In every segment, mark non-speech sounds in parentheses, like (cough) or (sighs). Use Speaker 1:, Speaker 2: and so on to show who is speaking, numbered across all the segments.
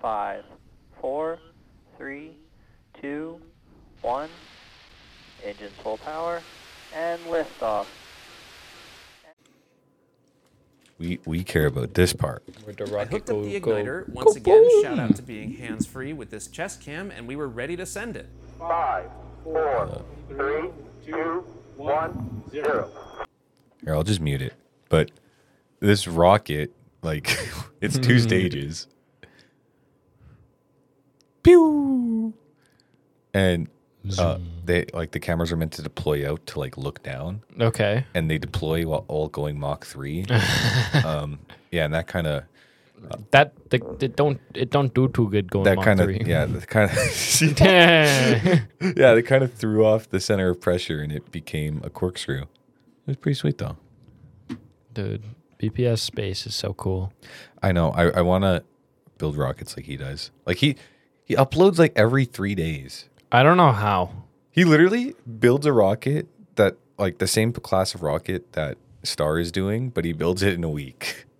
Speaker 1: five, four, three, two, one. Engines full power and liftoff.
Speaker 2: We we care about this part.
Speaker 3: Where'd the
Speaker 4: I
Speaker 3: rocket
Speaker 4: hooked up
Speaker 3: go-
Speaker 4: the
Speaker 3: go?
Speaker 4: igniter once again. Shout out to being hands free with this chest cam, and we were ready to send it.
Speaker 5: Five, four, three, two, one, zero.
Speaker 2: Here, I'll just mute it. But this rocket, like, (laughs) it's two stages. Pew. And uh, they like the cameras are meant to deploy out to like look down,
Speaker 3: Okay.
Speaker 2: and they deploy while all going Mach three. um, yeah, and that kind of
Speaker 3: That the, it don't it don't do too good going.
Speaker 2: that
Speaker 3: Mach
Speaker 2: kind of
Speaker 3: 3.
Speaker 2: yeah, that kind of
Speaker 3: Yeah.
Speaker 2: (laughs) yeah, they kind of threw off the center of pressure, and it became a corkscrew. It was pretty sweet though.
Speaker 3: (laughs) Dude, BPS space is so cool.
Speaker 2: I know. I, I want to build rockets like he does. Like he he uploads like every three days.
Speaker 3: I don't know how.
Speaker 2: He literally builds a rocket that like the same class of rocket that Star is doing, but he builds it in a week. (laughs)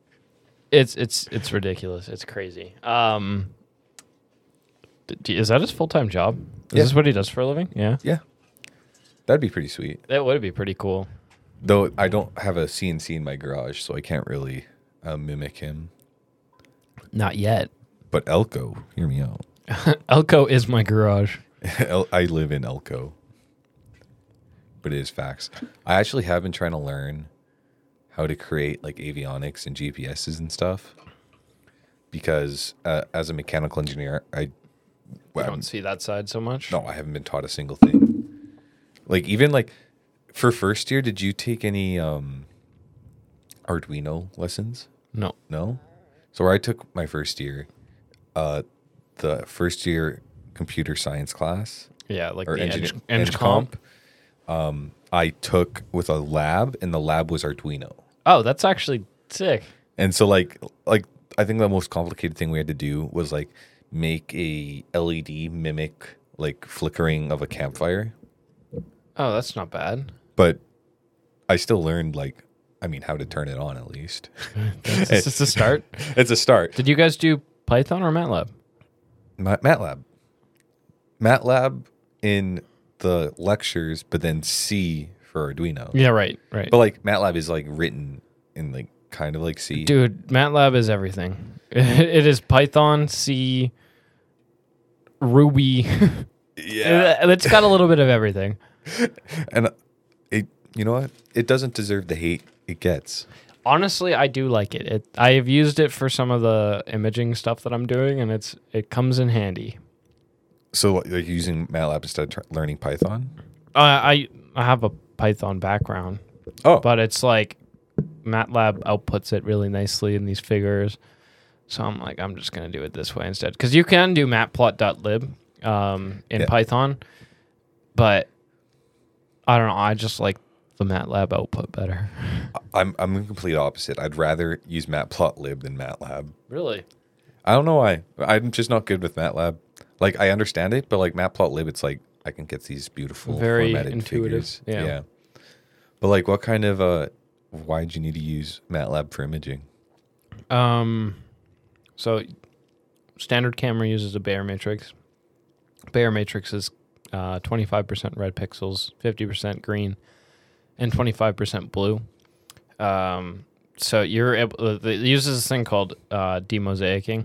Speaker 3: It's it's it's ridiculous. It's crazy. Um, d- d- is that his full time job? Is
Speaker 2: Yeah.
Speaker 3: this what he does for a living? Yeah,
Speaker 2: Yeah, that'd be pretty sweet.
Speaker 3: that would be pretty cool.
Speaker 2: Though I don't have a CNC in my garage, so I can't really uh, mimic him.
Speaker 3: Not yet.
Speaker 2: But Elko, hear me out.
Speaker 3: Elko is my garage.
Speaker 2: El- I live in Elko, but it is facts. I actually have been trying to learn how to create like avionics and GPSs and stuff because uh, as a mechanical engineer, I
Speaker 3: I
Speaker 2: well,
Speaker 3: don't see that side so much.
Speaker 2: no, I haven't been taught a single thing. Like even like for first year, did you take any um Arduino lessons?
Speaker 3: no.
Speaker 2: No. So where I took my first year, uh, the first year computer science class
Speaker 3: Yeah, like
Speaker 2: or
Speaker 3: the
Speaker 2: engine,
Speaker 3: Eng- Eng comp.
Speaker 2: Um, I took with a lab, and the lab was Arduino.
Speaker 3: Oh, that's actually sick.
Speaker 2: And so, like, like I think the most complicated thing we had to do was like make a LED mimic like flickering of a campfire.
Speaker 3: Oh, that's not bad.
Speaker 2: But I still learned like, I mean, how to turn it on at
Speaker 3: (laughs)
Speaker 2: least.
Speaker 3: This is the start.
Speaker 2: (laughs) it's a start.
Speaker 3: Did you guys do Python or MATLAB?
Speaker 2: Ma- MATLAB. MATLAB in the lectures, but then C for Arduino.
Speaker 3: Yeah, right, right.
Speaker 2: But like MATLAB is like written in like kind of like C.
Speaker 3: Dude, MATLAB is everything. (laughs) it is Python, C, Ruby. (laughs)
Speaker 2: Yeah.
Speaker 3: it's got a little bit of everything.
Speaker 2: And uh, it you know what? It doesn't deserve the hate it gets.
Speaker 3: Honestly, I do like it. it. I have used it for some of the imaging stuff that I'm doing, and it's it comes in handy.
Speaker 2: So like you're using MATLAB instead of tr- learning Python?
Speaker 3: Uh, I I have a Python background,
Speaker 2: Oh.
Speaker 3: but it's like MATLAB outputs it really nicely in these figures. So I'm like, I'm just gonna do it this way instead, because you can do matplot.lib um, in
Speaker 2: Yeah.
Speaker 3: Python, but I don't know. I just like the MATLAB output better.
Speaker 2: I'm I'm the complete opposite. I'd rather use matplotlib than MATLAB.
Speaker 3: Really?
Speaker 2: I don't know why. I'm just not good with MATLAB. Like I understand it, but like matplotlib it's like I can get these beautiful
Speaker 3: Very
Speaker 2: formatted
Speaker 3: intuitive,
Speaker 2: figures.
Speaker 3: yeah.
Speaker 2: But like what kind of uh why'd you need to use MATLAB for imaging?
Speaker 3: Um, so standard camera uses a Bayer matrix. Bayer matrix is uh, 25% red pixels, 50% green, and 25% blue. Um, so you're able, uh, it uses this thing called uh, demosaicing,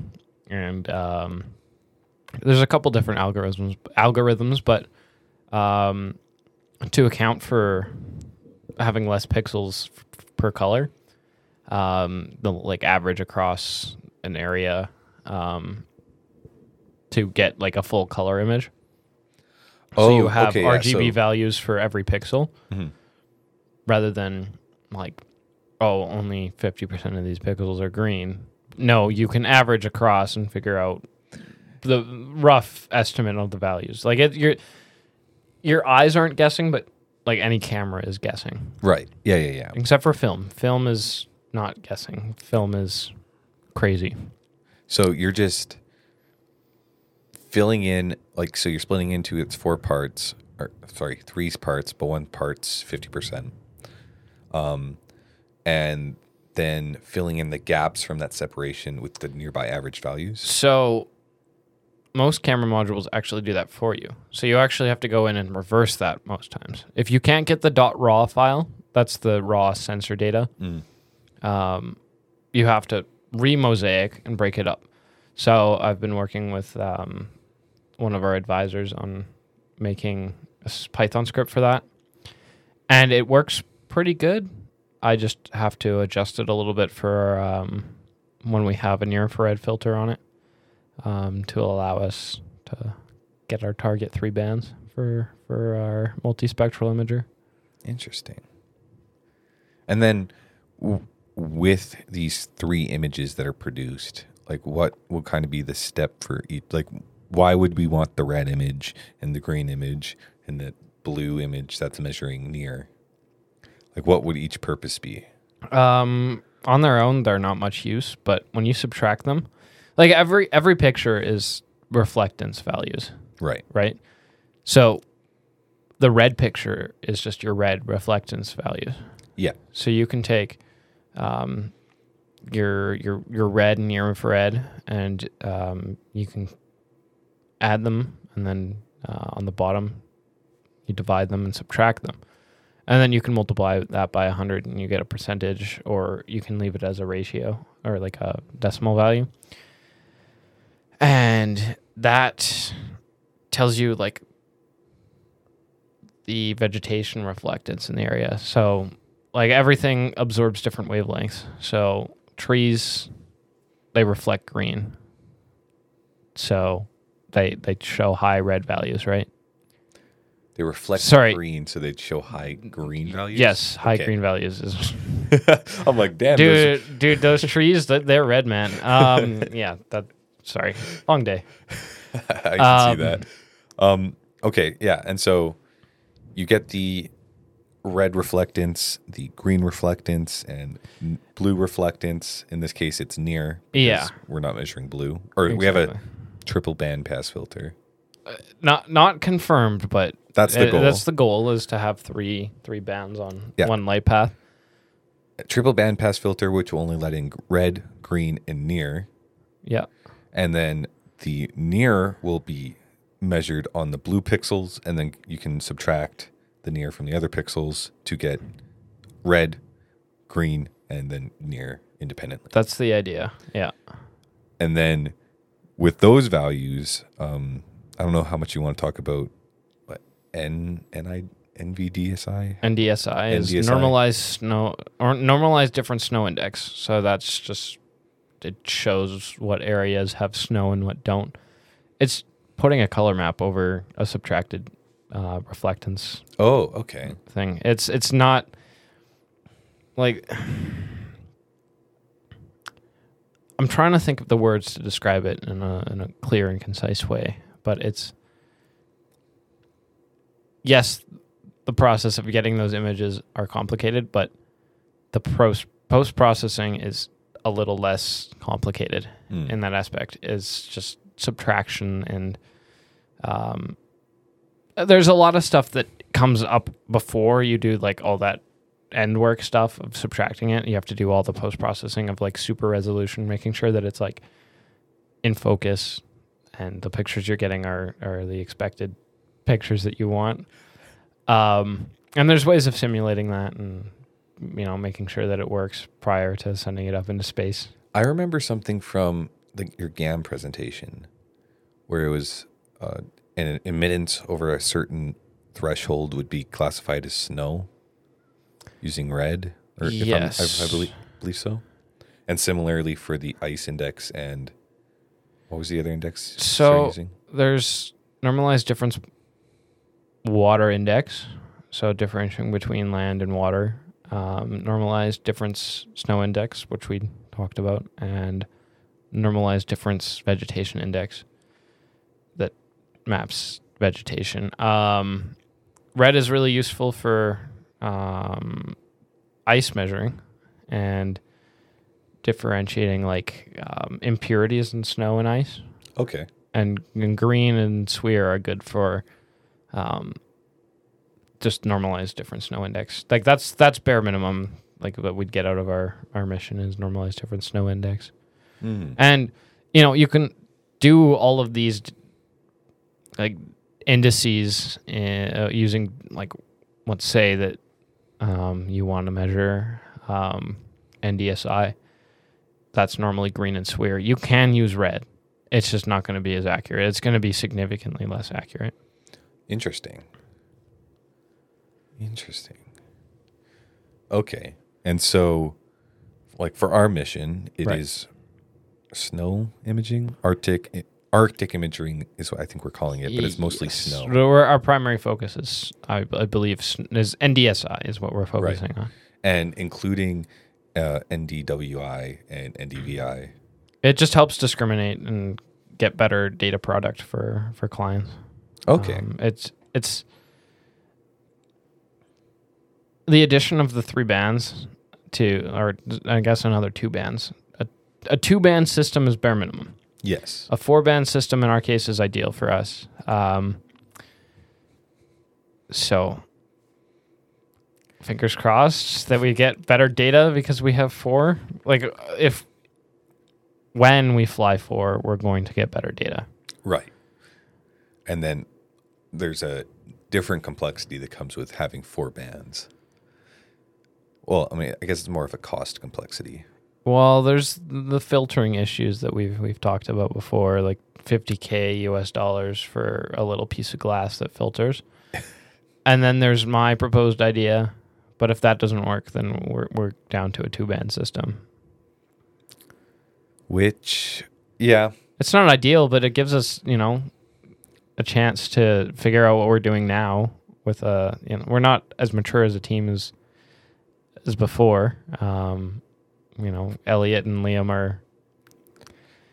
Speaker 3: and um, there's a couple different algorithms, algorithms, but um, to account for having less pixels f- per color, um, the like average across an area um, to get like a full color image. so you have
Speaker 2: Oh, okay, yeah,
Speaker 3: RGB
Speaker 2: so- Mm-hmm.
Speaker 3: values for every pixel, rather than like oh only fifty percent of these pixels are green. No, you can average across and figure out the rough estimate of the values. Like it, your your eyes aren't guessing, but like any camera is guessing
Speaker 2: Right. Yeah, yeah, yeah.
Speaker 3: except for film. Film is not guessing. Film is crazy.
Speaker 2: So you're just filling in like so you're splitting into its four parts or sorry, three parts, but one part's fifty percent. Um and then filling in the gaps from that separation with the nearby average values.
Speaker 3: So most camera modules actually do that for you. So you actually have to go in and reverse that most times. If you can't get the .raw file, that's the raw sensor data. Um, you have to re-mosaic and break it up. So I've been working with um, one of our advisors on making a s- Python script for that, and it works pretty good. I just have to adjust it a little bit for um, when we have a near infrared filter on it um, to allow us to get our target three bands for for our multispectral imager.
Speaker 2: Interesting. And then w- with these three images that are produced, like what would kind of be the step for each? Like, why would we want the red image and the green image and the blue image that's measuring near? Like, what would each purpose be?
Speaker 3: Um, on their own, they're not much use, but when you subtract them, like every every picture is reflectance values,
Speaker 2: Right.
Speaker 3: right? So the red picture is just your red reflectance values.
Speaker 2: Yeah.
Speaker 3: So you can take um, your your your red and your infrared, and um, you can add them, and then uh, on the bottom, you divide them and subtract them, and then you can multiply that by hundred, and you get a percentage, or you can leave it as a ratio or like a decimal value, and that tells you like the vegetation reflectance in the area. So like everything absorbs different wavelengths. So trees, they reflect green. So they they show high red values, right?
Speaker 2: They reflect
Speaker 3: Sorry.
Speaker 2: green, so they'd show high green values.
Speaker 3: Yes, high
Speaker 2: Okay.
Speaker 3: green values is
Speaker 2: (laughs)
Speaker 3: (laughs)
Speaker 2: I'm like, damn, those-
Speaker 3: dude. Dude, those trees, th- they're red, man. Um, yeah, that. Sorry, long day.
Speaker 2: (laughs) (laughs) I can
Speaker 3: Um,
Speaker 2: see that. Um, okay, yeah, and so you get the red reflectance, the green reflectance, and n- blue reflectance. In this case, it's near. because
Speaker 3: Yeah.
Speaker 2: we're not measuring blue, or we have a
Speaker 3: Exactly.
Speaker 2: triple band pass filter.
Speaker 3: Not not confirmed, but
Speaker 2: That's the
Speaker 3: uh,
Speaker 2: goal.
Speaker 3: That's the goal is to have three three bands on
Speaker 2: Yeah.
Speaker 3: one light path.
Speaker 2: A triple band pass filter, which will only let in g- red, green, and near,
Speaker 3: Yeah.
Speaker 2: and then the near will be measured on the blue pixels, and then you can subtract the near from the other pixels to get red, green, and then near independently.
Speaker 3: That's the idea. Yeah.
Speaker 2: And then with those values, um, I don't know how much you want to talk about, but N N I NVDSI.
Speaker 3: NDSI is
Speaker 2: NDSI.
Speaker 3: normalized snow or normalized different snow index. So that's just it shows what areas have snow and what don't. It's putting a color map over a subtracted uh, reflectance
Speaker 2: Oh, okay.
Speaker 3: thing. It's it's not like I'm trying to think of the words to describe it in a in a clear and concise way, but it's yes, the process of getting those images are complicated, but the post post processing is a little less complicated
Speaker 2: Mm.
Speaker 3: in that aspect. It's just subtraction and um, there's a lot of stuff that comes up before you do like all that end work stuff of subtracting it. You have to do all the post processing of like super resolution, making sure that it's like in focus and the pictures you're getting are are the expected pictures that you want. Um, and there's ways of simulating that and you know making sure that it works prior to sending it up into space.
Speaker 2: I remember something from the, your GAM presentation where it was uh, an emittance over a certain threshold would be classified as snow using red. Or if I'm- I, I
Speaker 3: Yes.
Speaker 2: believe, believe so. And similarly for the ice index and what was the other index? you're
Speaker 3: So
Speaker 2: using?
Speaker 3: there's normalized difference water index, so differentiating between land and water. Um, normalized difference snow index, which we talked about, and normalized difference vegetation index that maps vegetation. Um, red is really useful for um, ice measuring and differentiating like um, impurities in snow and ice
Speaker 2: okay.
Speaker 3: and, and green and swear are good for um, just normalized difference snow index. Like that's that's bare minimum. Like what we'd get out of our our mission is normalized difference snow index.
Speaker 2: Mm.
Speaker 3: And you know you can do all of these d- like indices uh, using like let's say that um, you want to measure um, NDSI. That's normally green and swear. You can use red. It's just not going to be as accurate. It's going to be significantly less accurate.
Speaker 2: Interesting. Interesting. Okay. And so like for our mission, it is
Speaker 3: Right.
Speaker 2: snow imaging, arctic arctic imaging is what I think we're calling it, but it's mostly
Speaker 3: Yes.
Speaker 2: snow.
Speaker 3: So we're- our primary focus is, I, I believe, s- is NDSI is what we're focusing on.
Speaker 2: and including uh, NDWI and NDVI.
Speaker 3: It just helps discriminate and get better data product for for clients.
Speaker 2: Okay,
Speaker 3: Um, it's it's the addition of the three bands to, or I guess another two bands. A, a two band system is bare minimum.
Speaker 2: yes,
Speaker 3: A four band system in our case is ideal for us. Um, so, fingers crossed that we get better data because we have four. Like, if when we fly four, we're going to get better data.
Speaker 2: right. And then there's a different complexity that comes with having four bands. Well, I mean, I guess it's more of a cost complexity.
Speaker 3: Well, there's the filtering issues that we've we've talked about before, like 50k US dollars for a little piece of glass that filters. and then there's my proposed idea, but if that doesn't work, then we're we're down to a two-band system.
Speaker 2: Which, yeah,
Speaker 3: It's not ideal, but it gives us, you know, a chance to figure out what we're doing now with a, you know, we're not as mature as a team as as before. Um, you know, Elliot and Liam are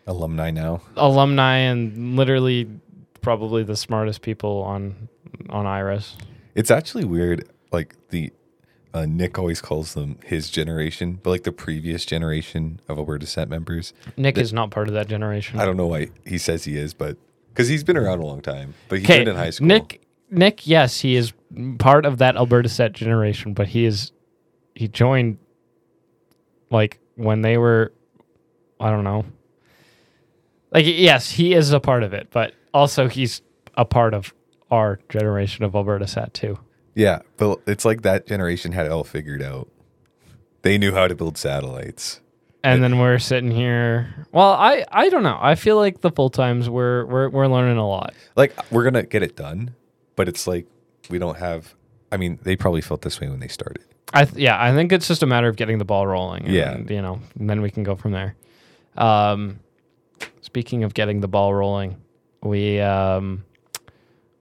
Speaker 2: alumni now.
Speaker 3: alumni and literally probably the smartest people on on Iris.
Speaker 2: It's actually weird. Like the uh, Nick always calls them his generation, but like the previous generation of Alberta Descent members.
Speaker 3: Nick is not part of that generation.
Speaker 2: I don't know why he says he is, but because he's been around a long time, but he's
Speaker 3: Okay,
Speaker 2: been in high school.
Speaker 3: Nick, Nick, yes, he is part of that Alberta Set generation, but he is he joined like when they were, I don't know. Like yes, he is a part of it, but also he's a part of our generation of Alberta Set too.
Speaker 2: Yeah, but it's like that generation had it all figured out. They knew how to build satellites.
Speaker 3: and then we're sitting here. Well, I I don't know. I feel like the full times we're we're we're learning a lot.
Speaker 2: Like we're gonna get it done, but it's like we don't have. I mean, they probably felt this way when they started.
Speaker 3: I th- yeah, I think it's just a matter of getting the ball rolling. And,
Speaker 2: Yeah.
Speaker 3: then, you know, and then we can go from there. Um, speaking of getting the ball rolling, we um,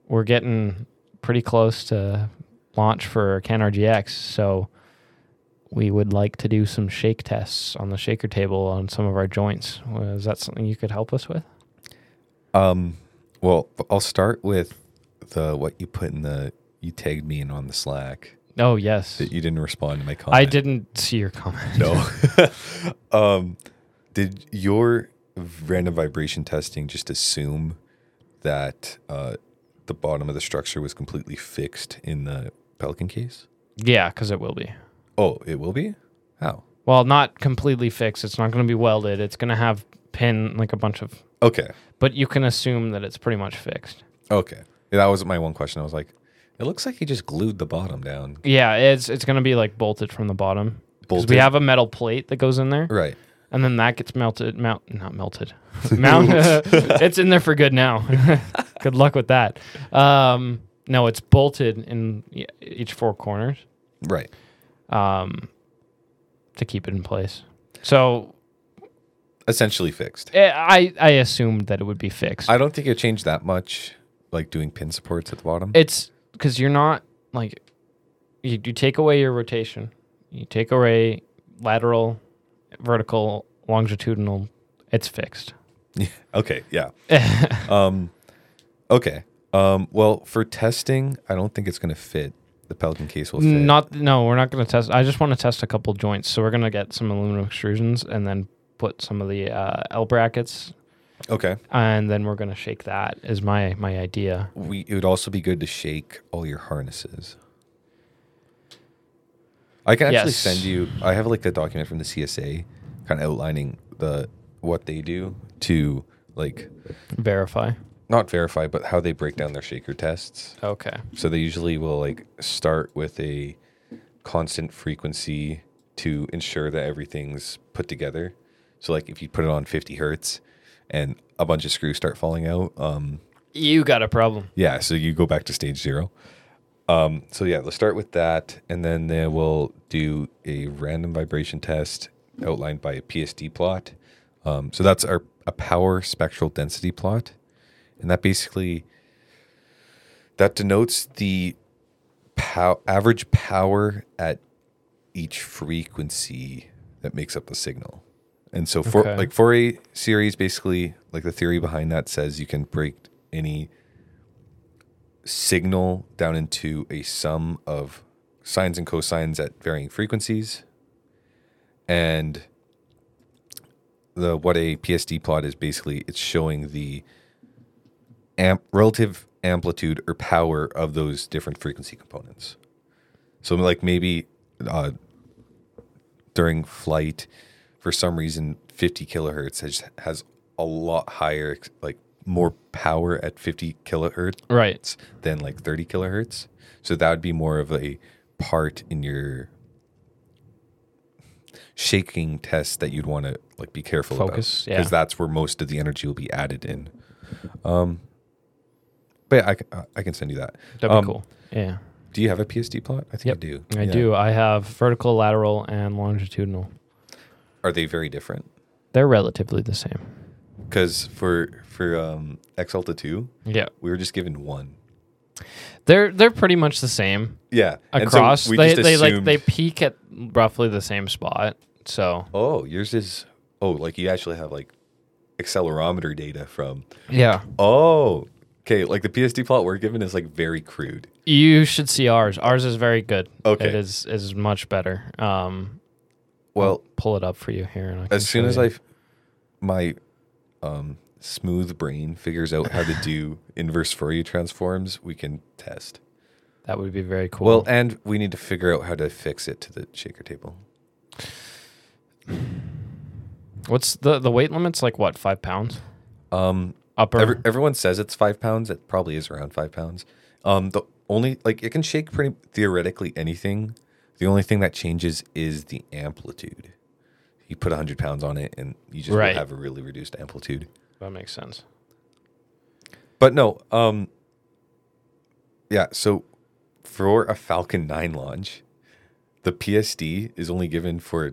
Speaker 3: we're getting pretty close to launch for CanRGX, so we would like to do some shake tests on the shaker table on some of our joints. Uh, Is that something you could help us with?
Speaker 2: Um, well, I'll start with the what you put in the you tagged me in on the Slack
Speaker 3: Oh yes,
Speaker 2: that you didn't respond to my comment.
Speaker 3: I didn't see your comment.
Speaker 2: No. um, did your random vibration testing just assume that uh, the bottom of the structure was completely fixed in the Pelican case?
Speaker 3: (laughs) Yeah, because it will be.
Speaker 2: Oh, it will be? How?
Speaker 3: Well, not completely fixed. It's not going to be welded. It's going to have pin like a bunch of.
Speaker 2: Okay.
Speaker 3: But you can assume that it's pretty much fixed.
Speaker 2: Okay. Yeah, that was my one question. I was like, it looks like he just glued the bottom down.
Speaker 3: Yeah, it's it's going to be like bolted from the bottom. 'Cause
Speaker 2: Bolted?
Speaker 3: We have a metal plate that goes in there,
Speaker 2: Right.
Speaker 3: and then that gets melted. Mount, not melted. (laughs) Mount. it's in there for good now. (laughs) good luck with that. Um, no, it's bolted in e- each four corners.
Speaker 2: Right.
Speaker 3: Um, to keep it in place. So
Speaker 2: Essentially fixed.
Speaker 3: Eh, I I assumed that it would be fixed.
Speaker 2: I don't think it changed that much, like doing pin supports at the bottom.
Speaker 3: it's because you're not like you, you take away your rotation, you take away lateral, vertical, longitudinal. It's fixed.
Speaker 2: Okay, yeah. (laughs) um, okay. Um, well, for testing, I don't think it's going to fit. The Pelican case will fit.
Speaker 3: Not no, we're not going to test. I just want to test a couple joints, so we're going to get some aluminum extrusions and then put some of the uh, L brackets,
Speaker 2: okay.
Speaker 3: and then we're going to shake that. Is my my idea.
Speaker 2: We it would also be good to shake all your harnesses. I can actually
Speaker 3: Yes.
Speaker 2: send you. I have like a document from the CSA, kind of outlining the what they do to like
Speaker 3: Verify.
Speaker 2: not verify, but how they break down their shaker tests.
Speaker 3: Okay.
Speaker 2: So they usually will like start with a constant frequency to ensure that everything's put together. So like if you put it on 50 hertz and a bunch of screws start falling out, um,
Speaker 3: You got a problem.
Speaker 2: yeah, so you go back to stage zero. Um, so yeah, let's start with that, and then they will do a random vibration test outlined by a PSD plot. Um, so that's our a power spectral density plot, and that basically that denotes the pow- average power at each frequency that makes up the signal. And so for
Speaker 3: Okay.
Speaker 2: like for a series, basically, like the theory behind that says you can break any signal down into a sum of sines and cosines at varying frequencies. And the what a PSD plot is basically it's showing the amp, relative amplitude or power of those different frequency components. So like maybe uh, during flight, for some reason, 50 kilohertz has, has a lot higher like more power at 50 kilohertz
Speaker 3: Right.
Speaker 2: than like 30 kilohertz. So that would be more of a part in your shaking test that you'd want to like be careful
Speaker 3: Focus,
Speaker 2: about
Speaker 3: yeah.
Speaker 2: that's where most of the energy will be added in. Um, but yeah, I, c- uh, I can send you that.
Speaker 3: That'd be
Speaker 2: Um,
Speaker 3: cool. Yeah.
Speaker 2: Do you have a PSD plot? I think
Speaker 3: Yep.
Speaker 2: I do.
Speaker 3: I
Speaker 2: Yeah.
Speaker 3: do. I have vertical, lateral, and longitudinal.
Speaker 2: Are they very different?
Speaker 3: They're relatively the same.
Speaker 2: Because for for um, Xalta two,
Speaker 3: Yeah.
Speaker 2: we were just given one.
Speaker 3: They're they're pretty much the same
Speaker 2: Yeah, and so
Speaker 3: across.
Speaker 2: we
Speaker 3: they
Speaker 2: just
Speaker 3: they like
Speaker 2: assumed-
Speaker 3: they peak at roughly the same spot. So
Speaker 2: Oh, yours is oh, like you actually have like accelerometer data from
Speaker 3: yeah,
Speaker 2: Oh, okay. Like the PSD plot we're given is like very crude.
Speaker 3: you should see ours. Ours is very good.
Speaker 2: Okay.
Speaker 3: it is is much better. Um,
Speaker 2: Well,
Speaker 3: pull it up for you here. And I can
Speaker 2: as soon
Speaker 3: show
Speaker 2: as
Speaker 3: you.
Speaker 2: I, f- my um, smooth brain figures out how to do inverse Fourier transforms, we can test.
Speaker 3: that would be very cool.
Speaker 2: Well, and we need to figure out how to fix it to the shaker table.
Speaker 3: what's the the weight limit's like? What five pounds?
Speaker 2: Um,
Speaker 3: Upper.
Speaker 2: every, everyone says it's five pounds. It probably is around five pounds. Um, the only like it can shake pretty theoretically anything. The only thing that changes is the amplitude. You put hundred pounds on it, and you just will
Speaker 3: Right.
Speaker 2: have a really reduced amplitude.
Speaker 3: that makes sense.
Speaker 2: But no, um yeah, so for a Falcon 9 launch, the PSD is only given for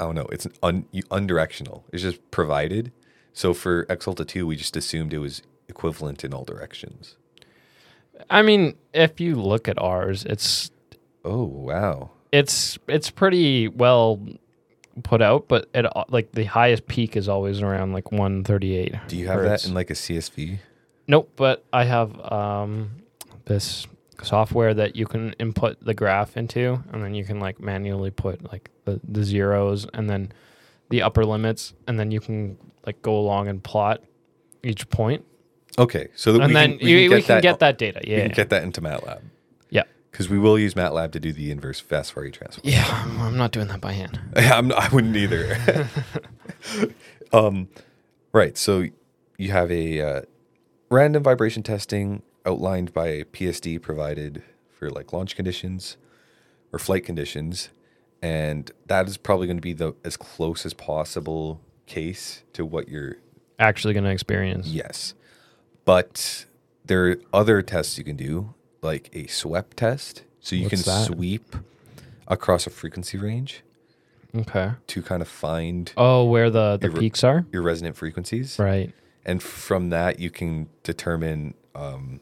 Speaker 2: I don't know, it's an un, you- undirectional. It's just provided. So for Exalta 2, we just assumed it was equivalent in all directions.
Speaker 3: I mean, if you look at ours, it's
Speaker 2: Oh, wow.
Speaker 3: it's it's pretty well put out, but at all- like the highest peak is always around like 138.
Speaker 2: Do you have
Speaker 3: hertz.
Speaker 2: that in like a CSV?
Speaker 3: Nope, but I have um, this software that you can input the graph into, and then you can like manually put like the, the zeros and then the upper limits, and then you can like go along and plot each point,
Speaker 2: Okay, so that
Speaker 3: and
Speaker 2: we
Speaker 3: then
Speaker 2: can, we can,
Speaker 3: you-
Speaker 2: get,
Speaker 3: we can
Speaker 2: that,
Speaker 3: get that data.
Speaker 2: we
Speaker 3: Yeah,
Speaker 2: can get that into MATLAB
Speaker 3: yeah,
Speaker 2: because we will use MATLAB to do the inverse fast Fourier transform.
Speaker 3: yeah. (laughs) I'm- I'm not doing that by hand.
Speaker 2: Yeah, (laughs) I'm, I wouldn't either.
Speaker 3: (laughs)
Speaker 2: um, right. So you have a uh, random vibration testing outlined by a PSD provided for like launch conditions or flight conditions, and that is probably going to be the as close as possible case to what you're.
Speaker 3: Actually, going to experience.
Speaker 2: Yes, but there are other tests you can do, like a sweep test. So you
Speaker 3: What's
Speaker 2: can
Speaker 3: that?
Speaker 2: sweep across a frequency range
Speaker 3: Okay.
Speaker 2: to kind of find
Speaker 3: Oh, where the the
Speaker 2: Your re-
Speaker 3: peaks are.
Speaker 2: your resonant frequencies,
Speaker 3: Right.
Speaker 2: and from that you can determine. Um,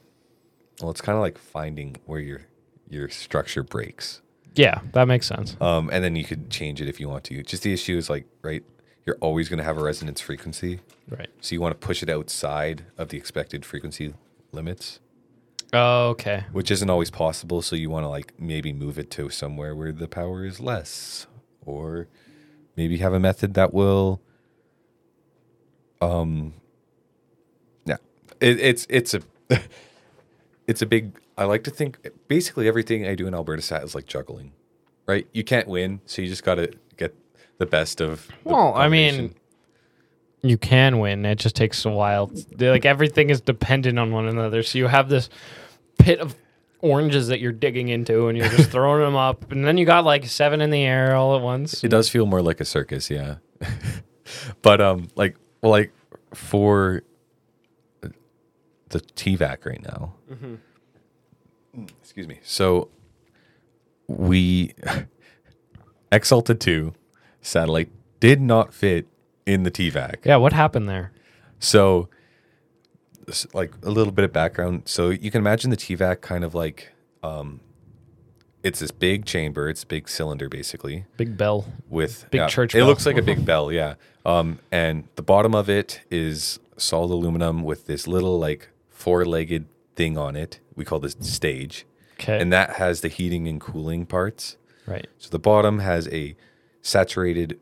Speaker 2: well, it's kind of like finding where your your structure breaks,
Speaker 3: Yeah, that makes sense.
Speaker 2: um, and then you could change it if you want to. Just the issue is like, right, you're always going to have a resonance frequency,
Speaker 3: Right.
Speaker 2: so you want to push it outside of the expected frequency limits,
Speaker 3: Oh, okay.
Speaker 2: which isn't always possible. So you want to like maybe move it to somewhere where the power is less, or maybe have a method that will um, Yeah, it, it's it's a (laughs) it's a big. I like to think basically everything I do in Alberta Sat is like juggling, right? You can't win, so you just got to get the best of. the
Speaker 3: Well, I
Speaker 2: combination.
Speaker 3: mean, you can win. It just takes a while. They're Like everything is dependent on one another. So you have this pit of oranges that you're digging into, and
Speaker 2: (laughs)
Speaker 3: you're just throwing them up, and then you got like seven in the air all at once.
Speaker 2: It does feel more like a circus, yeah. (laughs) but um, like well, like for the TVAC right now. Excuse me. So we (laughs) Exalted Two satellite did not fit in the TVAC.
Speaker 3: Yeah, what happened there?
Speaker 2: So, s- like a little bit of background. So you can imagine the TVAC kind of like, um, it's this big chamber. It's a big cylinder basically
Speaker 3: Big bell.
Speaker 2: with
Speaker 3: Big
Speaker 2: yeah,
Speaker 3: church
Speaker 2: It
Speaker 3: bell.
Speaker 2: looks like a
Speaker 3: (laughs)
Speaker 2: big bell, yeah. Um, and the bottom of it is solid aluminum with this little like four-legged thing on it. We call this stage,
Speaker 3: Okay.
Speaker 2: and that has the heating and cooling parts.
Speaker 3: right.
Speaker 2: So the bottom has a saturated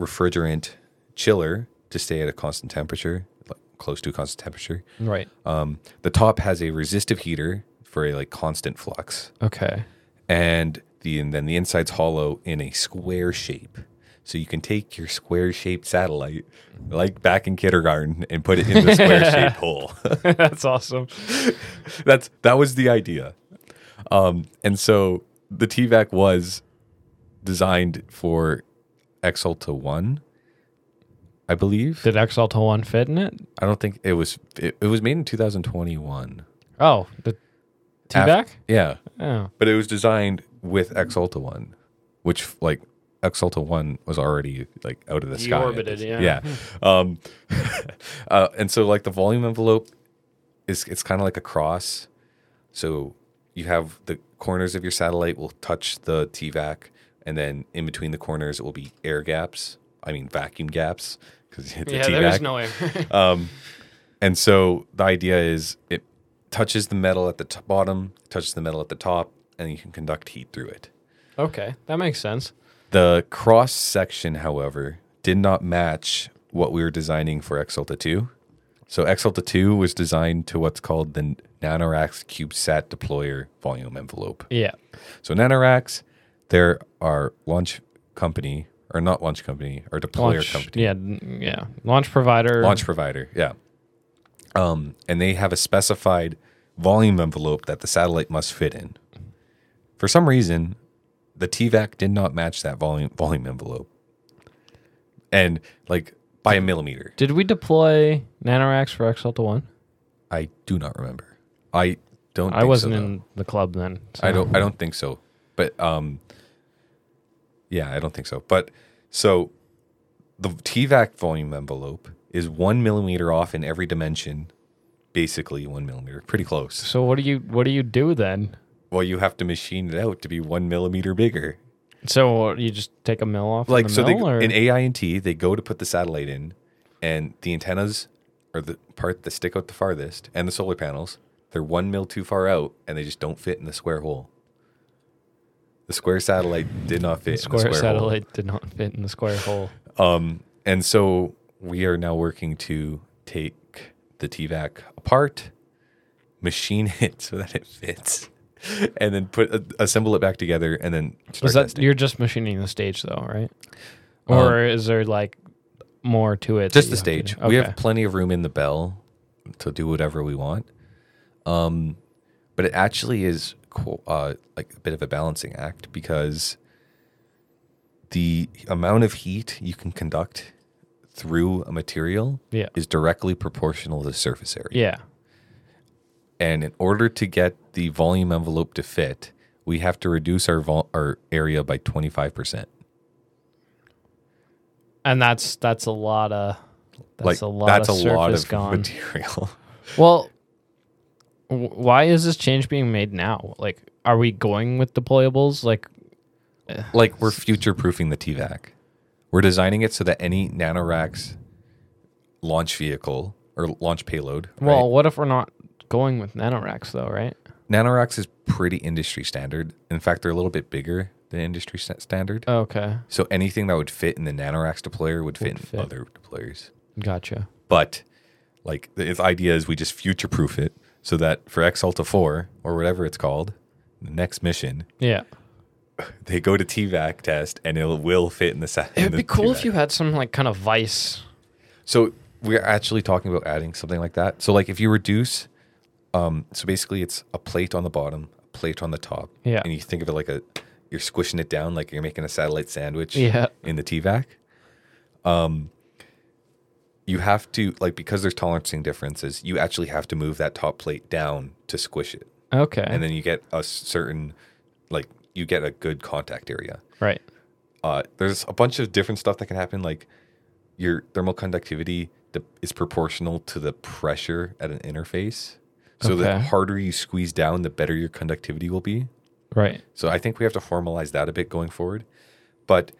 Speaker 2: refrigerant chiller to stay at a constant temperature, like close to a constant temperature.
Speaker 3: Right.
Speaker 2: Um, the top has a resistive heater for a like constant flux,
Speaker 3: Okay.
Speaker 2: (laughs) and the and then the inside's hollow in a square shape. So you can take your square shaped satellite, like back in kindergarten, and put it in the square shaped hole. (laughs)
Speaker 3: That's awesome.
Speaker 2: That's that was the idea. Um, and so the TVAC was designed for Exalta One, I believe.
Speaker 3: Did Exalta 1 fit in it?
Speaker 2: I don't think it was. It, it was made in 2021.
Speaker 3: Oh, the T
Speaker 2: Af-
Speaker 3: back?
Speaker 2: Yeah,
Speaker 3: Oh.
Speaker 2: but it was designed with Exalta One, which like Exalta One was already like out of the sky. at
Speaker 3: Deorbited,
Speaker 2: this-
Speaker 3: yeah. (laughs)
Speaker 2: Yeah. um, (laughs) uh, and so like the volume envelope is it's kind of like a cross. So you have the corners of your satellite will touch the TVAC, and then in between the corners it will be air gaps. I mean vacuum gaps because it's a
Speaker 3: Yeah,
Speaker 2: TVAC.
Speaker 3: there is (laughs) no air.
Speaker 2: And so the idea is it touches the metal at the t- bottom, touches the metal at the top, and you can conduct heat through it.
Speaker 3: okay. That makes sense.
Speaker 2: The cross section, however, did not match what we were designing for Exalta 2. So Exalta 2 was designed to what's called the Nanorax CubeSat Deployer Volume Envelope.
Speaker 3: Yeah.
Speaker 2: So Nanorax, they're our launch company, or not launch company, or deployer
Speaker 3: Launch,
Speaker 2: company.
Speaker 3: yeah, n- yeah. Launch provider.
Speaker 2: launch provider yeah um, and they have a specified volume envelope that the satellite must fit in for some reason the tvac did not match that volume volume envelope and like by a millimeter
Speaker 3: Did we deploy Nanorax for Exalta 1?
Speaker 2: i do not remember i don't
Speaker 3: I
Speaker 2: think
Speaker 3: wasn't
Speaker 2: so, though.
Speaker 3: in the club then. so-
Speaker 2: I don't I don't think so. But um yeah, I don't think so. But so the TVAC volume envelope is one millimeter off in every dimension, basically one millimeter, pretty close.
Speaker 3: So what do you what do you do then?
Speaker 2: Well, you have to machine it out to be one millimeter bigger.
Speaker 3: So what, you just take a mill off
Speaker 2: Like
Speaker 3: the
Speaker 2: so, they,
Speaker 3: mill, or-
Speaker 2: in AINT, they go to put the satellite in, and the antennas are the part that stick out the farthest, and the solar panels. They're one mil too far out, and they just don't fit in the square hole. The square satellite did not fit.
Speaker 3: square,
Speaker 2: in the square hole. Um,
Speaker 3: satellite did not fit in the square hole.
Speaker 2: And so we are now working to take the TVAC apart, machine (laughs) it so that it fits, and then put assemble it back together, and then start
Speaker 3: Is that
Speaker 2: testing. Uh,
Speaker 3: you're just machining the stage though, right? Or is there like more to it?
Speaker 2: just
Speaker 3: that
Speaker 2: the
Speaker 3: you have
Speaker 2: stage.
Speaker 3: to do?
Speaker 2: We
Speaker 3: Okay.
Speaker 2: have plenty of room in the bell to do whatever we want. Um, but it actually is co- uh, like a bit of a balancing act because the amount of heat you can conduct through a material
Speaker 3: Yeah.
Speaker 2: is directly proportional to the surface area.
Speaker 3: yeah.
Speaker 2: And in order to get the volume envelope to fit, we have to reduce our vol- our area by 25%.
Speaker 3: And that's that's a lot of that's
Speaker 2: like
Speaker 3: a lot
Speaker 2: that's
Speaker 3: of
Speaker 2: a lot
Speaker 3: surface
Speaker 2: of
Speaker 3: gone.
Speaker 2: material. (laughs)
Speaker 3: Well, w- why is this change being made now? Like, are we going with deployables? Like,
Speaker 2: like we're future proofing the TVAC. We're designing it so that any NanoRacks launch vehicle or launch payload.
Speaker 3: well,
Speaker 2: right?
Speaker 3: what if we're not going with nanoracks though, right?
Speaker 2: NanoRacks is pretty industry standard. In fact, they're a little bit bigger than industry sta- standard.
Speaker 3: Uh. Okay,
Speaker 2: so anything that would fit in the NanoRacks deployer would fit in
Speaker 3: fit.
Speaker 2: other deployers.
Speaker 3: gotcha.
Speaker 2: But like the the idea is we just future proof it so that for Exalta 4 or whatever it's called, the next mission,
Speaker 3: Yeah,
Speaker 2: they go to TVAC test and it will fit in the sa- in
Speaker 3: it'd
Speaker 2: the
Speaker 3: be cool if
Speaker 2: TVAC.
Speaker 3: you had some like kind of vice
Speaker 2: So we're actually talking about adding something like that. So like if you reduce, um, so basically it's a plate on the bottom, a plate on the top.
Speaker 3: Yeah.
Speaker 2: And you think of it like a, you're squishing it down like you're making a satellite sandwich.
Speaker 3: Yeah.
Speaker 2: In the TVAC. Um, you have to like because there's tolerancing differences. You actually have to move that top plate down to squish it,
Speaker 3: Okay.
Speaker 2: and then you get a certain, like you get a good contact area
Speaker 3: right.
Speaker 2: uh, there's a bunch of different stuff that can happen. Like your thermal conductivity de- is proportional to the pressure at an interface. So the
Speaker 3: Okay.
Speaker 2: harder you squeeze down, the better your conductivity will be.
Speaker 3: Right.
Speaker 2: So I think we have to formalize that a bit going forward. But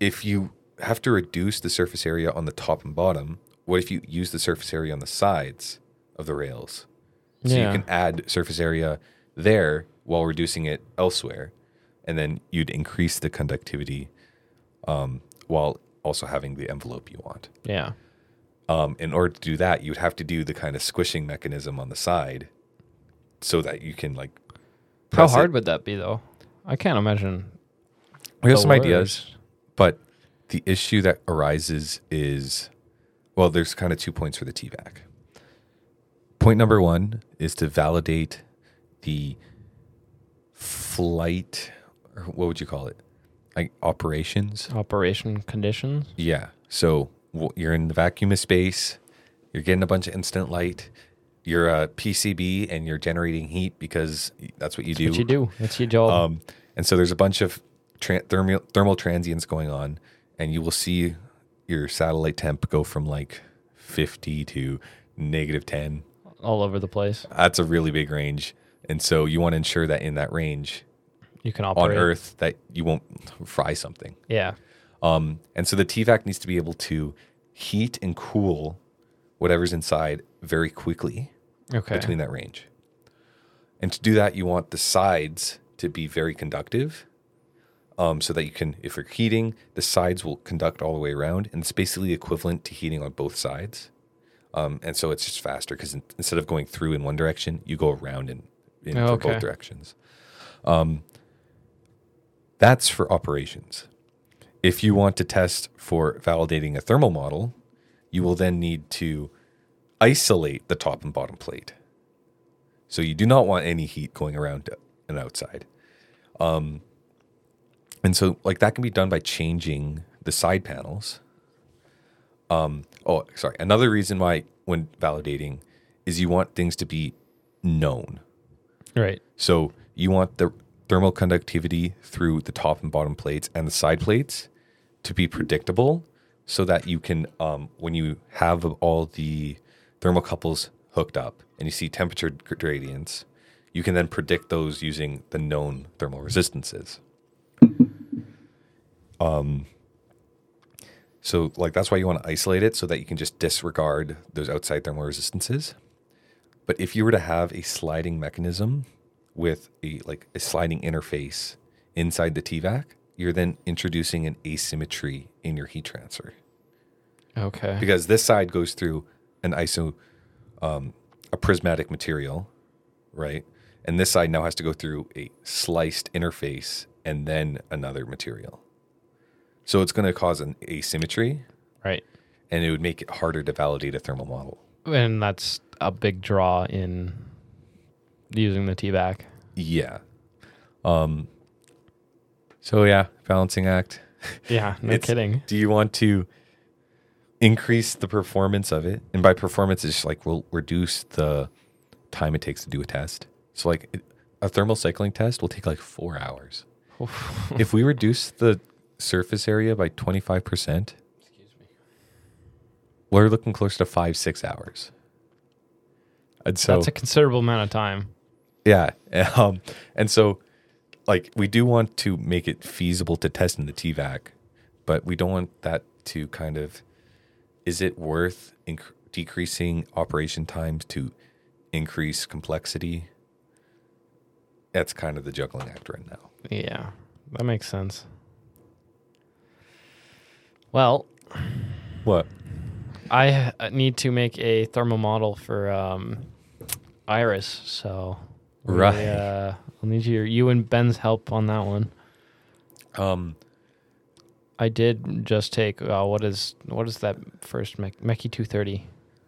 Speaker 2: if you have to reduce the surface area on the top and bottom, what if you use the surface area on the sides of the rails? So
Speaker 3: Yeah.
Speaker 2: you can add surface area there while reducing it elsewhere. And then you'd increase the conductivity um, while also having the envelope you want.
Speaker 3: Yeah.
Speaker 2: Um, in order to do that, you would have to do the kind of squishing mechanism on the side so that you can like.
Speaker 3: How
Speaker 2: press it.
Speaker 3: hard would that be though? I can't imagine.
Speaker 2: We have
Speaker 3: the
Speaker 2: some ideas.
Speaker 3: words.
Speaker 2: But the issue that arises is well, there's kind of two points for the TVAC. Point number one is to validate the flight, or what would you call it? Like operations?
Speaker 3: Operation conditions.
Speaker 2: Yeah. So w- you're in the vacuum of space, you're getting a bunch of instant light, you're a PCB, and you're generating heat because that's what you do.
Speaker 3: What you do? That's your job.
Speaker 2: Um, and so there's a bunch of tran thermal, thermal transients going on, and you will see your satellite temp go from like 50 to negative 10.
Speaker 3: all over the place.
Speaker 2: That's a really big range. And so you want to ensure that in that range
Speaker 3: You can
Speaker 2: on
Speaker 3: operate
Speaker 2: Earth that you won't fry something.
Speaker 3: Yeah.
Speaker 2: Um, and so the TVAC needs to be able to heat and cool whatever's inside very quickly
Speaker 3: Okay.
Speaker 2: between that range. And to do that, you want the sides to be very conductive, um, so that you can, if you're heating, the sides will conduct all the way around, and it's basically equivalent to heating on both sides. Um, and so it's just faster because in, instead of going through in one direction, you go around in, in
Speaker 3: Oh,
Speaker 2: for
Speaker 3: okay.
Speaker 2: both directions. Um, that's for operations. If you want to test for validating a thermal model, you will then need to isolate the top and bottom plate. So you do not want any heat going around and outside. Um, and so like that can be done by changing the side panels. Um, oh, sorry. Another reason why when validating is you want things to be known.
Speaker 3: Right.
Speaker 2: So you want the thermal conductivity through the top and bottom plates and the side plates to be predictable so that you can, um, when you have all the thermocouples hooked up and you see temperature gr- gradients, you can then predict those using the known thermal resistances. Um, so like that's why you want to isolate it so that you can just disregard those outside thermal resistances. But if you were to have a sliding mechanism with a like a sliding interface inside the TVAC, you're then introducing an asymmetry in your heat transfer
Speaker 3: Okay.
Speaker 2: because this side goes through an iso um, a prismatic material, right? And this side now has to go through a sliced interface and then another material. So it's going to cause an asymmetry
Speaker 3: right.
Speaker 2: and it would make it harder to validate a thermal model.
Speaker 3: And that's a big draw in using the T-back.
Speaker 2: Yeah. Um so yeah, balancing act.
Speaker 3: Yeah. (laughs) No
Speaker 2: It's-
Speaker 3: kidding.
Speaker 2: Do you want to increase the performance of it? And by performance it's just like we'll reduce the time it takes to do a test. So like it, a thermal cycling test will take like 4
Speaker 3: (laughs)
Speaker 2: hours. if we reduce the surface area by 25%, excuse me. We're looking close to 5-6 hours. And so
Speaker 3: That's a considerable amount of time.
Speaker 2: yeah. (laughs) Um, and so, like, we do want to make it feasible to test in the TVAC, but we don't want that to kind of. Is it worth inc- decreasing operation times to increase complexity? That's kind of the juggling act right now.
Speaker 3: Yeah, that makes sense. Well,
Speaker 2: What?
Speaker 3: I h- need to make a thermal model for um, Iris, so we,
Speaker 2: Right.
Speaker 3: uh, I'll need your you and Ben's help on that one.
Speaker 2: Um,
Speaker 3: I did just take uh, what is what is that first Mech- Mechie 230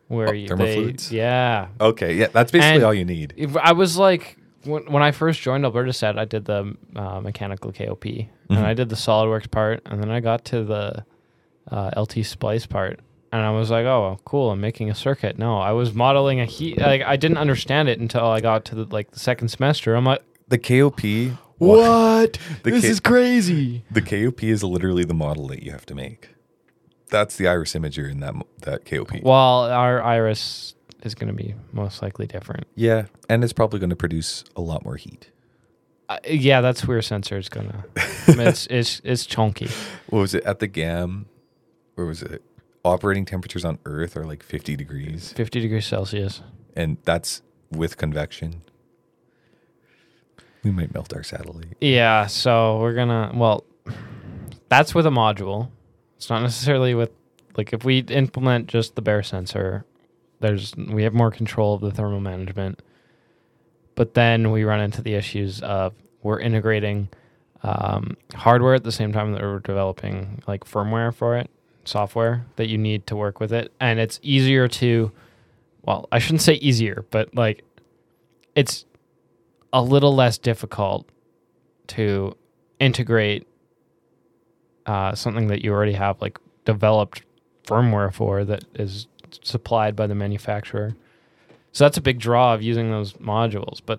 Speaker 3: where
Speaker 2: Oh,
Speaker 3: you
Speaker 2: thermofluids?
Speaker 3: they yeah
Speaker 2: Okay, yeah, that's basically
Speaker 3: And-
Speaker 2: all you need.
Speaker 3: If- I was like when, when I first joined Alberta Set, I did the uh, mechanical KOP and I did the SolidWorks part, and then I got to the uh, LT splice part, and I was like, oh, well, cool, I'm making a circuit. No, I was modeling a heat. Like I didn't understand it until I got to the, like the second semester. I'm like,
Speaker 2: The KOP,
Speaker 3: what?
Speaker 2: (laughs) The
Speaker 3: this
Speaker 2: ki-
Speaker 3: is crazy.
Speaker 2: the KOP is literally the model that you have to make. That's the iris imager in that mo- that KOP.
Speaker 3: Well, our iris is going to be most likely different.
Speaker 2: yeah, and it's probably going to produce a lot more heat.
Speaker 3: Uh, yeah, that's where sensor is going to. It's it's it's chunky.
Speaker 2: What was it at the GAM? Where was it? Operating temperatures on Earth are like 50 degrees,
Speaker 3: 50 degrees Celsius.
Speaker 2: and that's with convection. We might melt our satellite.
Speaker 3: Yeah, so we're gonna well that's with a module. It's not necessarily with like if we implement just the bare sensor, there's we have more control of the thermal management. But then we run into the issues of we're integrating um, hardware at the same time that we're developing like firmware for it, software that you need to work with it. And it's easier to well, I shouldn't say easier, but like it's a little less difficult to integrate uh, something that you already have like developed firmware for that is supplied by the manufacturer. So that's a big draw of using those modules. But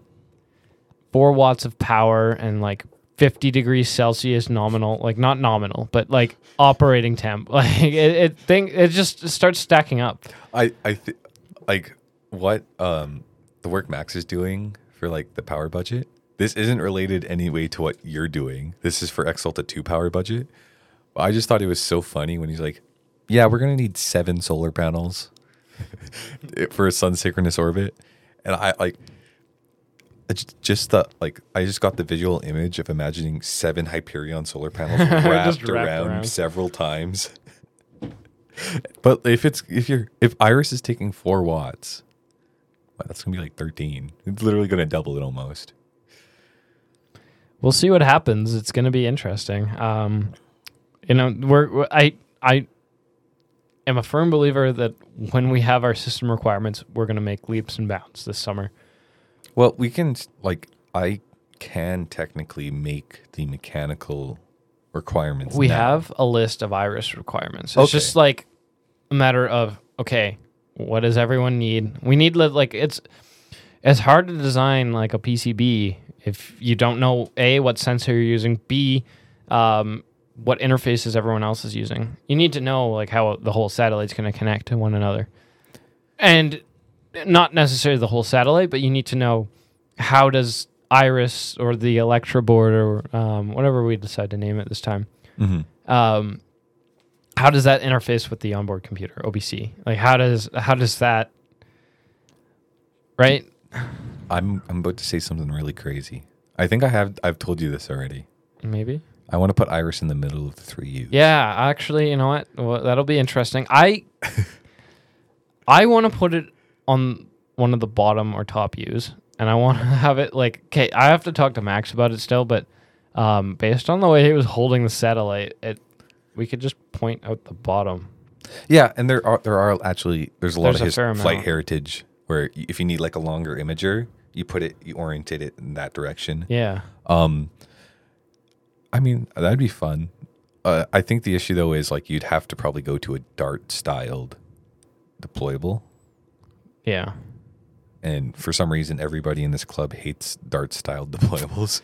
Speaker 3: four watts of power and like 50 degrees Celsius nominal, like not nominal, but like operating temp, (laughs) like it, it thing, it just starts stacking up.
Speaker 2: I I th- like what um the work Max is doing for like the power budget. This isn't related anyway to what you're doing. This is for Exalta 2 power budget. But I just thought it was so funny when he's like, "Yeah, we're going to need 7 solar panels for a sun synchronous orbit." And I like it's j- just the like I just got the visual image of imagining 7 Hyperion solar panels wrapped,
Speaker 3: wrapped
Speaker 2: around,
Speaker 3: around.
Speaker 2: several times. (laughs) But if it's if you're if Iris is taking four watts, wow, that's gonna be like thirteen. It's literally gonna double it almost.
Speaker 3: we'll see what happens. It's going to be interesting. Um, you know, we're, we're- I I am a firm believer that when we have our system requirements, we're going to make leaps and bounds this summer.
Speaker 2: Well, we can like I can technically make the mechanical requirements.
Speaker 3: we
Speaker 2: now.
Speaker 3: have a list of iris requirements it's
Speaker 2: Okay.
Speaker 3: just like a matter of okay what does everyone need we need li- like it's it's hard to design like a pcb if you don't know a what sensor you're using b um, what interfaces everyone else is using you need to know like how the whole satellite's going to connect to one another and not necessarily the whole satellite but you need to know how does iris or the electra board or um, whatever we decide to name it this time um, how does that interface with the onboard computer OBC? Like how does how does that right?
Speaker 2: I'm I'm about to say something really crazy. I think I have I've told you this already.
Speaker 3: Maybe.
Speaker 2: I want to put Iris in the middle of the three U.
Speaker 3: Yeah, actually, you know what? Well, that'll be interesting. I (laughs) I want to put it on one of the bottom or top U's, and I want to (laughs) have it like okay. I have to talk to Max about it still, but um, based on the way he was holding the satellite, it we could just point out the bottom.
Speaker 2: Yeah, and there are there are actually there's a lot
Speaker 3: There's a
Speaker 2: of his
Speaker 3: fair
Speaker 2: flight
Speaker 3: amount.
Speaker 2: heritage where y- if you need like a longer imager, you put it you orientate it in that direction.
Speaker 3: Yeah.
Speaker 2: Um, I mean, that'd be fun. Uh, I think the issue though is like you'd have to probably go to a Dart styled deployable,
Speaker 3: Yeah. (sighs)
Speaker 2: and for some reason, everybody in this club hates Dart styled (laughs) deployables.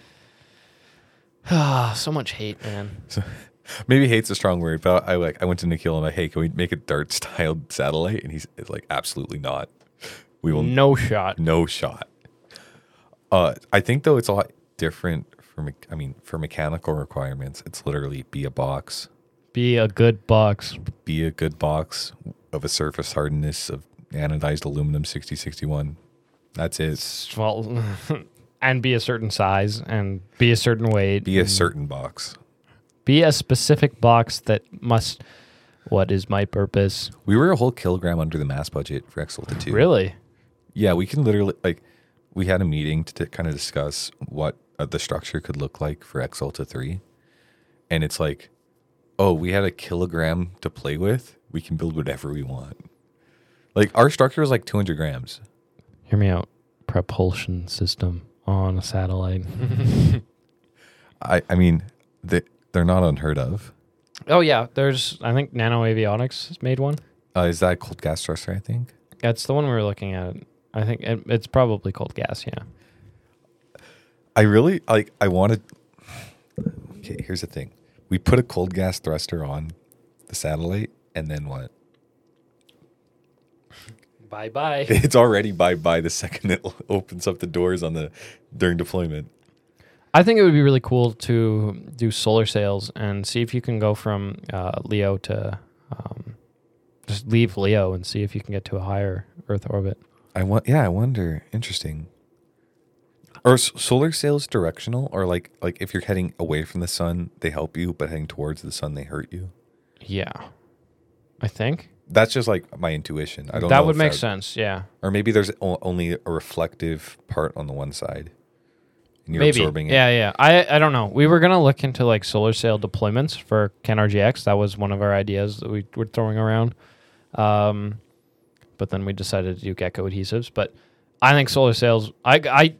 Speaker 3: Ah, so much hate, man.
Speaker 2: Maybe hates a strong word, but I like I went to Nikhil and I'm like, hey, can we make a Dart (laughs) styled satellite? And he's it's like, absolutely not. We will
Speaker 3: No shot.
Speaker 2: no shot. Uh, I think though it's a lot different for me. I mean, for mechanical requirements, it's literally be a box,
Speaker 3: Be a good box.
Speaker 2: be a good box of a surface hardness of anodized aluminum 6061. That's it.
Speaker 3: Well, (laughs) and be a certain size and be a certain weight.
Speaker 2: Be a certain box.
Speaker 3: Be a specific box that must. What is my purpose?
Speaker 2: We were a whole kilogram under the mass budget for Exalta 2.
Speaker 3: Really?
Speaker 2: Yeah, we can literally like we had a meeting to, kind of discuss what uh, the structure could look like for Exalta 3. And it's like oh, we had a kilogram to play with. We can build whatever we want. Like our structure was like 200 grams.
Speaker 3: Hear me out. Propulsion system on a satellite.
Speaker 2: I, I mean, they, they're not unheard of.
Speaker 3: oh yeah, there's I think Nano Avionics has made one.
Speaker 2: Uh, is that a cold gas thruster? I think.
Speaker 3: That's the one we were looking at. I think it, it's probably called gas. Yeah.
Speaker 2: I really like. I wanted. Okay, here's the thing. We put a cold gas thruster on the satellite, and then what?
Speaker 3: Bye (laughs) bye.
Speaker 2: (laughs) It's already bye bye the second it (laughs) opens up the doors on the during deployment.
Speaker 3: I think it would be really cool to do solar sails and see if you can go from uh, Leo to um, just leave Leo and see if you can get to a higher Earth orbit.
Speaker 2: I want. Yeah, I wonder. Interesting. Are s- solar sails directional, or like like if you're heading away from the sun, they help you, but heading towards the sun, they hurt you?
Speaker 3: Yeah, I think
Speaker 2: That's just like my intuition. I don't.
Speaker 3: that
Speaker 2: know
Speaker 3: would
Speaker 2: if
Speaker 3: make sense. Yeah,
Speaker 2: Or maybe there's o- only a reflective part on the one side, and you're
Speaker 3: maybe.
Speaker 2: absorbing it.
Speaker 3: Yeah, yeah. I I don't know. We were gonna look into like solar sail deployments for CanRGX. That was one of our ideas that we were throwing around. Um, but then we decided to do gecko adhesives. But I think solar sails. I I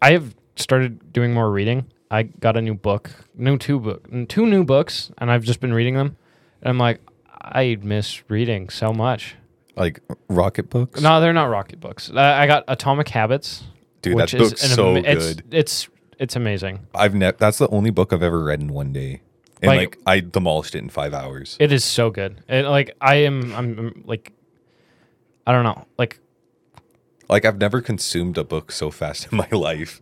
Speaker 3: I have started doing more reading. I got a new book, new two book, two new books, and I've just been reading them. And I'm like, I miss reading so much.
Speaker 2: Like rocket books.
Speaker 3: No, they're not rocket books. I, I got Atomic Habits.
Speaker 2: Dude, that book's
Speaker 3: an
Speaker 2: so
Speaker 3: it's-
Speaker 2: good.
Speaker 3: It's, it's amazing.
Speaker 2: I've ne- that's the only book I've ever read in one day, and
Speaker 3: Like-
Speaker 2: like, I demolished it in five hours.
Speaker 3: It is so good. And like I am, I'm, I'm, like, I don't know. Like,
Speaker 2: Like I've never consumed a book so fast (laughs) in my life.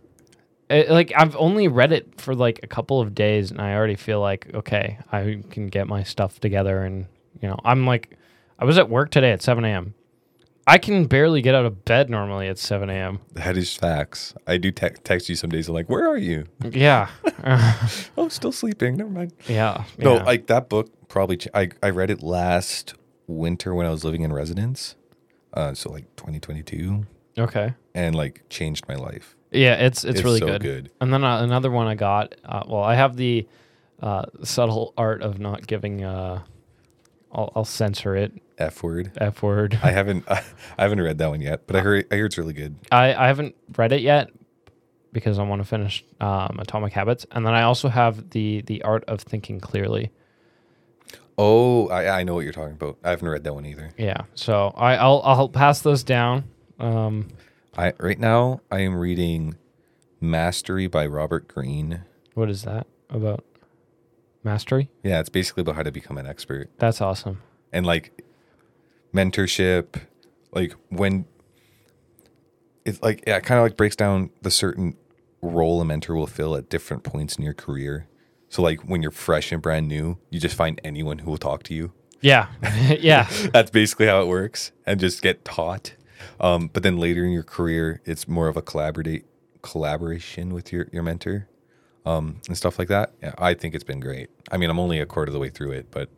Speaker 3: it, eh, like I've only read it for like a couple of days, and I already feel like okay, I can get my stuff together, and you know, I'm like, I was at work today at 7 a.m. I can barely get out of bed normally at 7 a.m.
Speaker 2: That is facts. I do te- text you some days. I'm like, where are you? (laughs)
Speaker 3: Yeah,
Speaker 2: oh, still sleeping. Never mind.
Speaker 3: (laughs) yeah.
Speaker 2: No,
Speaker 3: yeah.
Speaker 2: like that book probably. Ch- I I read it last winter when I was living in residence, uh, so like 2022,
Speaker 3: okay.
Speaker 2: and like changed my life.
Speaker 3: Yeah, it's it's,
Speaker 2: It's
Speaker 3: really
Speaker 2: so
Speaker 3: good.
Speaker 2: good.
Speaker 3: And then uh, another one I got. Uh, well, I have the uh, subtle art of not giving. Uh, I'll, I'll censor it.
Speaker 2: F (laughs) word.
Speaker 3: F word.
Speaker 2: I haven't (laughs) I haven't read that one yet, but I heard I heard it's really good.
Speaker 3: (laughs) I, I haven't read it yet because I want to finish um, Atomic Habits, and then I also have the the art of thinking clearly.
Speaker 2: Oh, I I know what you're talking about. I haven't read that one either.
Speaker 3: Yeah. So I I'll I'll pass those down. Um,
Speaker 2: I right now I am reading Mastery by Robert Greene.
Speaker 3: what is that about? Mastery.
Speaker 2: Yeah, it's basically about how to become an expert
Speaker 3: That's awesome.
Speaker 2: and like mentorship, like when it's like yeah, it kind of like breaks down the certain role a mentor will fill at different points in your career. So like when you're fresh and brand new, you just find anyone who will talk to you. (laughs)
Speaker 3: Yeah. (laughs) yeah.
Speaker 2: That's basically how it works, and just get taught. Um, but then later in your career, it's more of a collaborate collaboration with your your mentor um, and stuff like that. Yeah, I think it's been great. I mean, I'm only a quarter of the way through it, but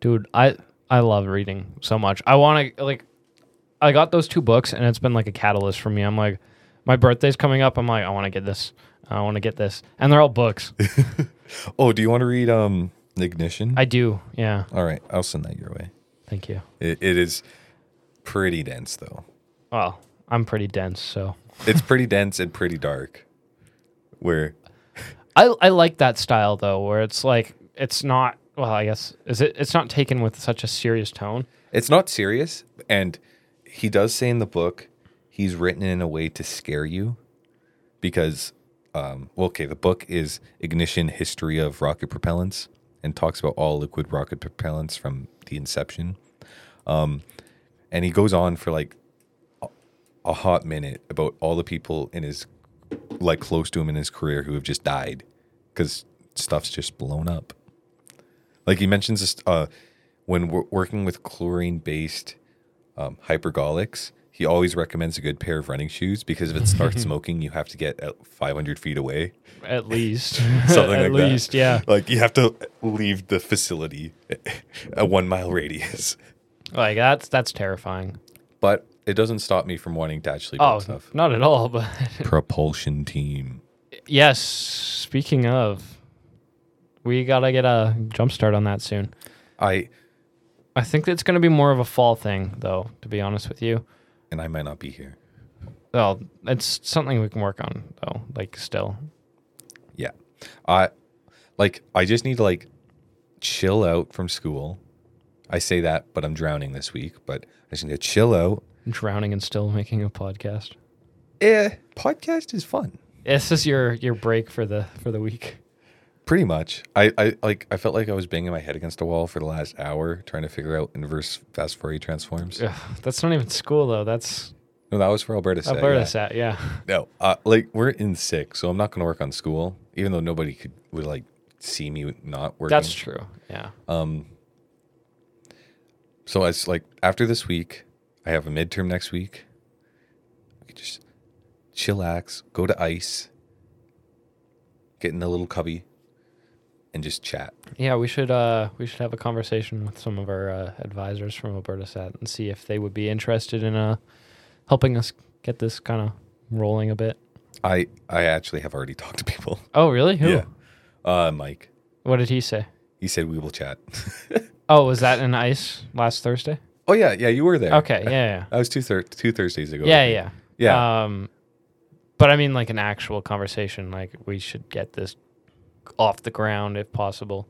Speaker 3: dude i i love reading so much i want to like i got those two books and it's been like a catalyst for me i'm like my birthday's coming up i'm like i want to get this i want to get this and they're all books
Speaker 2: oh, do you want to read um, Ignition?
Speaker 3: i do yeah
Speaker 2: All right, I'll send that your way.
Speaker 3: thank you
Speaker 2: It, it is pretty dense, though.
Speaker 3: well i'm pretty dense so
Speaker 2: It's pretty dense and pretty dark. Where
Speaker 3: i i like that style though where it's like it's not well i guess is it it's not taken with such a serious tone
Speaker 2: it's not serious, and he does say in the book he's written in a way to scare you, because, um, well, okay, the book is Ignition: History of Rocket Propellants, and talks about all liquid rocket propellants from the inception. Um, and he goes on for like a- a hot minute about all the people in his like close to him in his career who have just died because stuff's just blown up like he mentions this uh when w- working with chlorine based um, hypergolics he always recommends a good pair of running shoes because if it
Speaker 3: (laughs)
Speaker 2: starts smoking you have to get at 500 feet away (laughs)
Speaker 3: at least
Speaker 2: something
Speaker 3: (laughs) at
Speaker 2: like that.
Speaker 3: least yeah
Speaker 2: like you have to leave the facility (laughs) a one mile radius
Speaker 3: like that's that's terrifying
Speaker 2: but it doesn't stop me from wanting to actually build
Speaker 3: oh
Speaker 2: stuff
Speaker 3: not at all (laughs) but
Speaker 2: propulsion team.
Speaker 3: Yes. Speaking of, we gotta get a jump start on that soon.
Speaker 2: I
Speaker 3: I think it's gonna be more of a fall thing, though. To be honest with you,
Speaker 2: and I might not be here.
Speaker 3: well, it's something we can work on, though. Like still,
Speaker 2: Yeah. I like I just need to like chill out from school. I say that, but I'm drowning this week, but I just need to chill out.
Speaker 3: drowning and still making a podcast.
Speaker 2: Eh, podcast is fun.
Speaker 3: This is your your break for the for the week.
Speaker 2: Pretty much. I, I like I felt like I was banging my head against a wall for the last hour trying to figure out inverse fast Fourier transforms.
Speaker 3: Ugh, that's not even school though. That's
Speaker 2: No, that was for Alberta set.
Speaker 3: Alberta
Speaker 2: yeah.
Speaker 3: sat. Yeah,
Speaker 2: No, uh, like we're in sick, so I'm not going to work on school, even though nobody could would like see me not working.
Speaker 3: that's true. Yeah,
Speaker 2: Um, So it's like after this week, I have a midterm next week. I could just chillax, go to ice, get in a little cubby, and just chat.
Speaker 3: yeah. We should uh we should have a conversation with some of our uh, advisors from Alberta sat and see if they would be interested in uh helping us get this kind of rolling a bit.
Speaker 2: I I actually have already (laughs) talked to people.
Speaker 3: Oh really? Who?
Speaker 2: Uh, Mike,
Speaker 3: What did he say?
Speaker 2: he said we will chat. (laughs)
Speaker 3: Oh, was that in ice last Thursday?
Speaker 2: oh yeah, yeah, you were there.
Speaker 3: Okay, yeah, yeah.
Speaker 2: That was two thir- two Thursdays ago.
Speaker 3: Yeah, yeah.
Speaker 2: Yeah.
Speaker 3: Um, but I mean, like an actual conversation. Like we should get this off the ground if possible.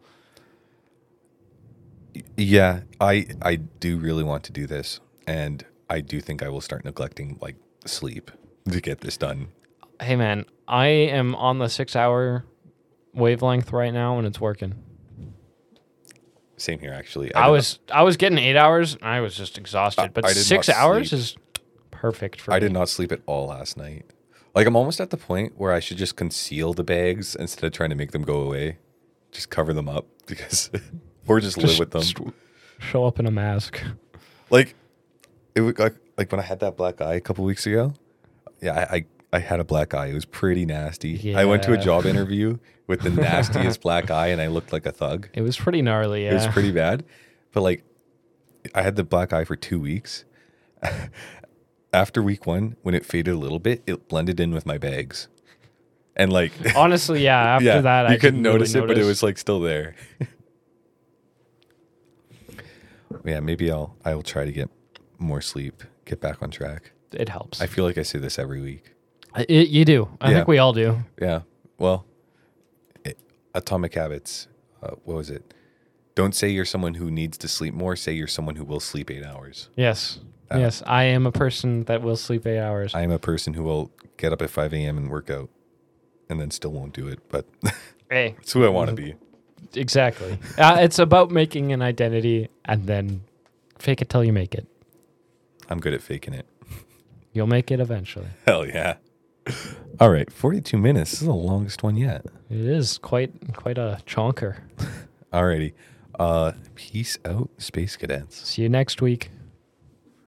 Speaker 2: Yeah, I I do really want to do this, and I do think I will start neglecting like sleep to get this done.
Speaker 3: Hey, man, I am on the six-hour wavelength right now, and it's working.
Speaker 2: Same here, actually.
Speaker 3: I
Speaker 2: did-
Speaker 3: was I was getting eight hours, and I was just exhausted. but
Speaker 2: I did
Speaker 3: six
Speaker 2: not
Speaker 3: hours
Speaker 2: sleep.
Speaker 3: is perfect for
Speaker 2: I
Speaker 3: me.
Speaker 2: did not sleep at all last night. Like I'm almost at the point where I should just conceal the bags instead of trying to make them go away. Just cover them up (laughs) because, or just, live with them.
Speaker 3: Show up in a mask.
Speaker 2: like it was like, like when I had that black eye a couple weeks ago. Yeah, I, I I had a black eye. It was pretty nasty. I went to a
Speaker 3: Yeah.
Speaker 2: job interview with the nastiest black eye, and I looked like a thug.
Speaker 3: It was pretty gnarly. Yeah.
Speaker 2: It was pretty bad. But like, I had the black eye for two weeks. (laughs) After week one, when it faded a little bit, it blended in with my bags, and
Speaker 3: (laughs)
Speaker 2: like,
Speaker 3: Honestly, yeah. Oh,
Speaker 2: (laughs)
Speaker 3: After
Speaker 2: yeah,
Speaker 3: that,
Speaker 2: you
Speaker 3: I
Speaker 2: couldn't
Speaker 3: really
Speaker 2: notice it, but it was like still there. (laughs) yeah, maybe I'll I will try to get more sleep, get back on track.
Speaker 3: it helps.
Speaker 2: I feel like I say this every week.
Speaker 3: I- it, you do. I
Speaker 2: Yeah.
Speaker 3: think we all do.
Speaker 2: Yeah. Well, it, Atomic Habits. Uh, what was it? Don't say you're someone who needs to sleep more. Say you're someone who will sleep eight hours.
Speaker 3: Yes. yes. I am a person that will sleep eight hours.
Speaker 2: I am a person who will get up at 5 a.m. and work out and then still won't do it, but (laughs) it's
Speaker 3: hey,
Speaker 2: who I want to be.
Speaker 3: exactly. uh, it's about making an identity and then fake it till you make it.
Speaker 2: I'm good at faking it. (laughs)
Speaker 3: You'll make it eventually.
Speaker 2: Hell yeah. All right, 42 minutes. This is the longest one yet.
Speaker 3: It is quite quite a chonker.
Speaker 2: Alrighty. Uh, peace out, space cadets.
Speaker 3: See you next week.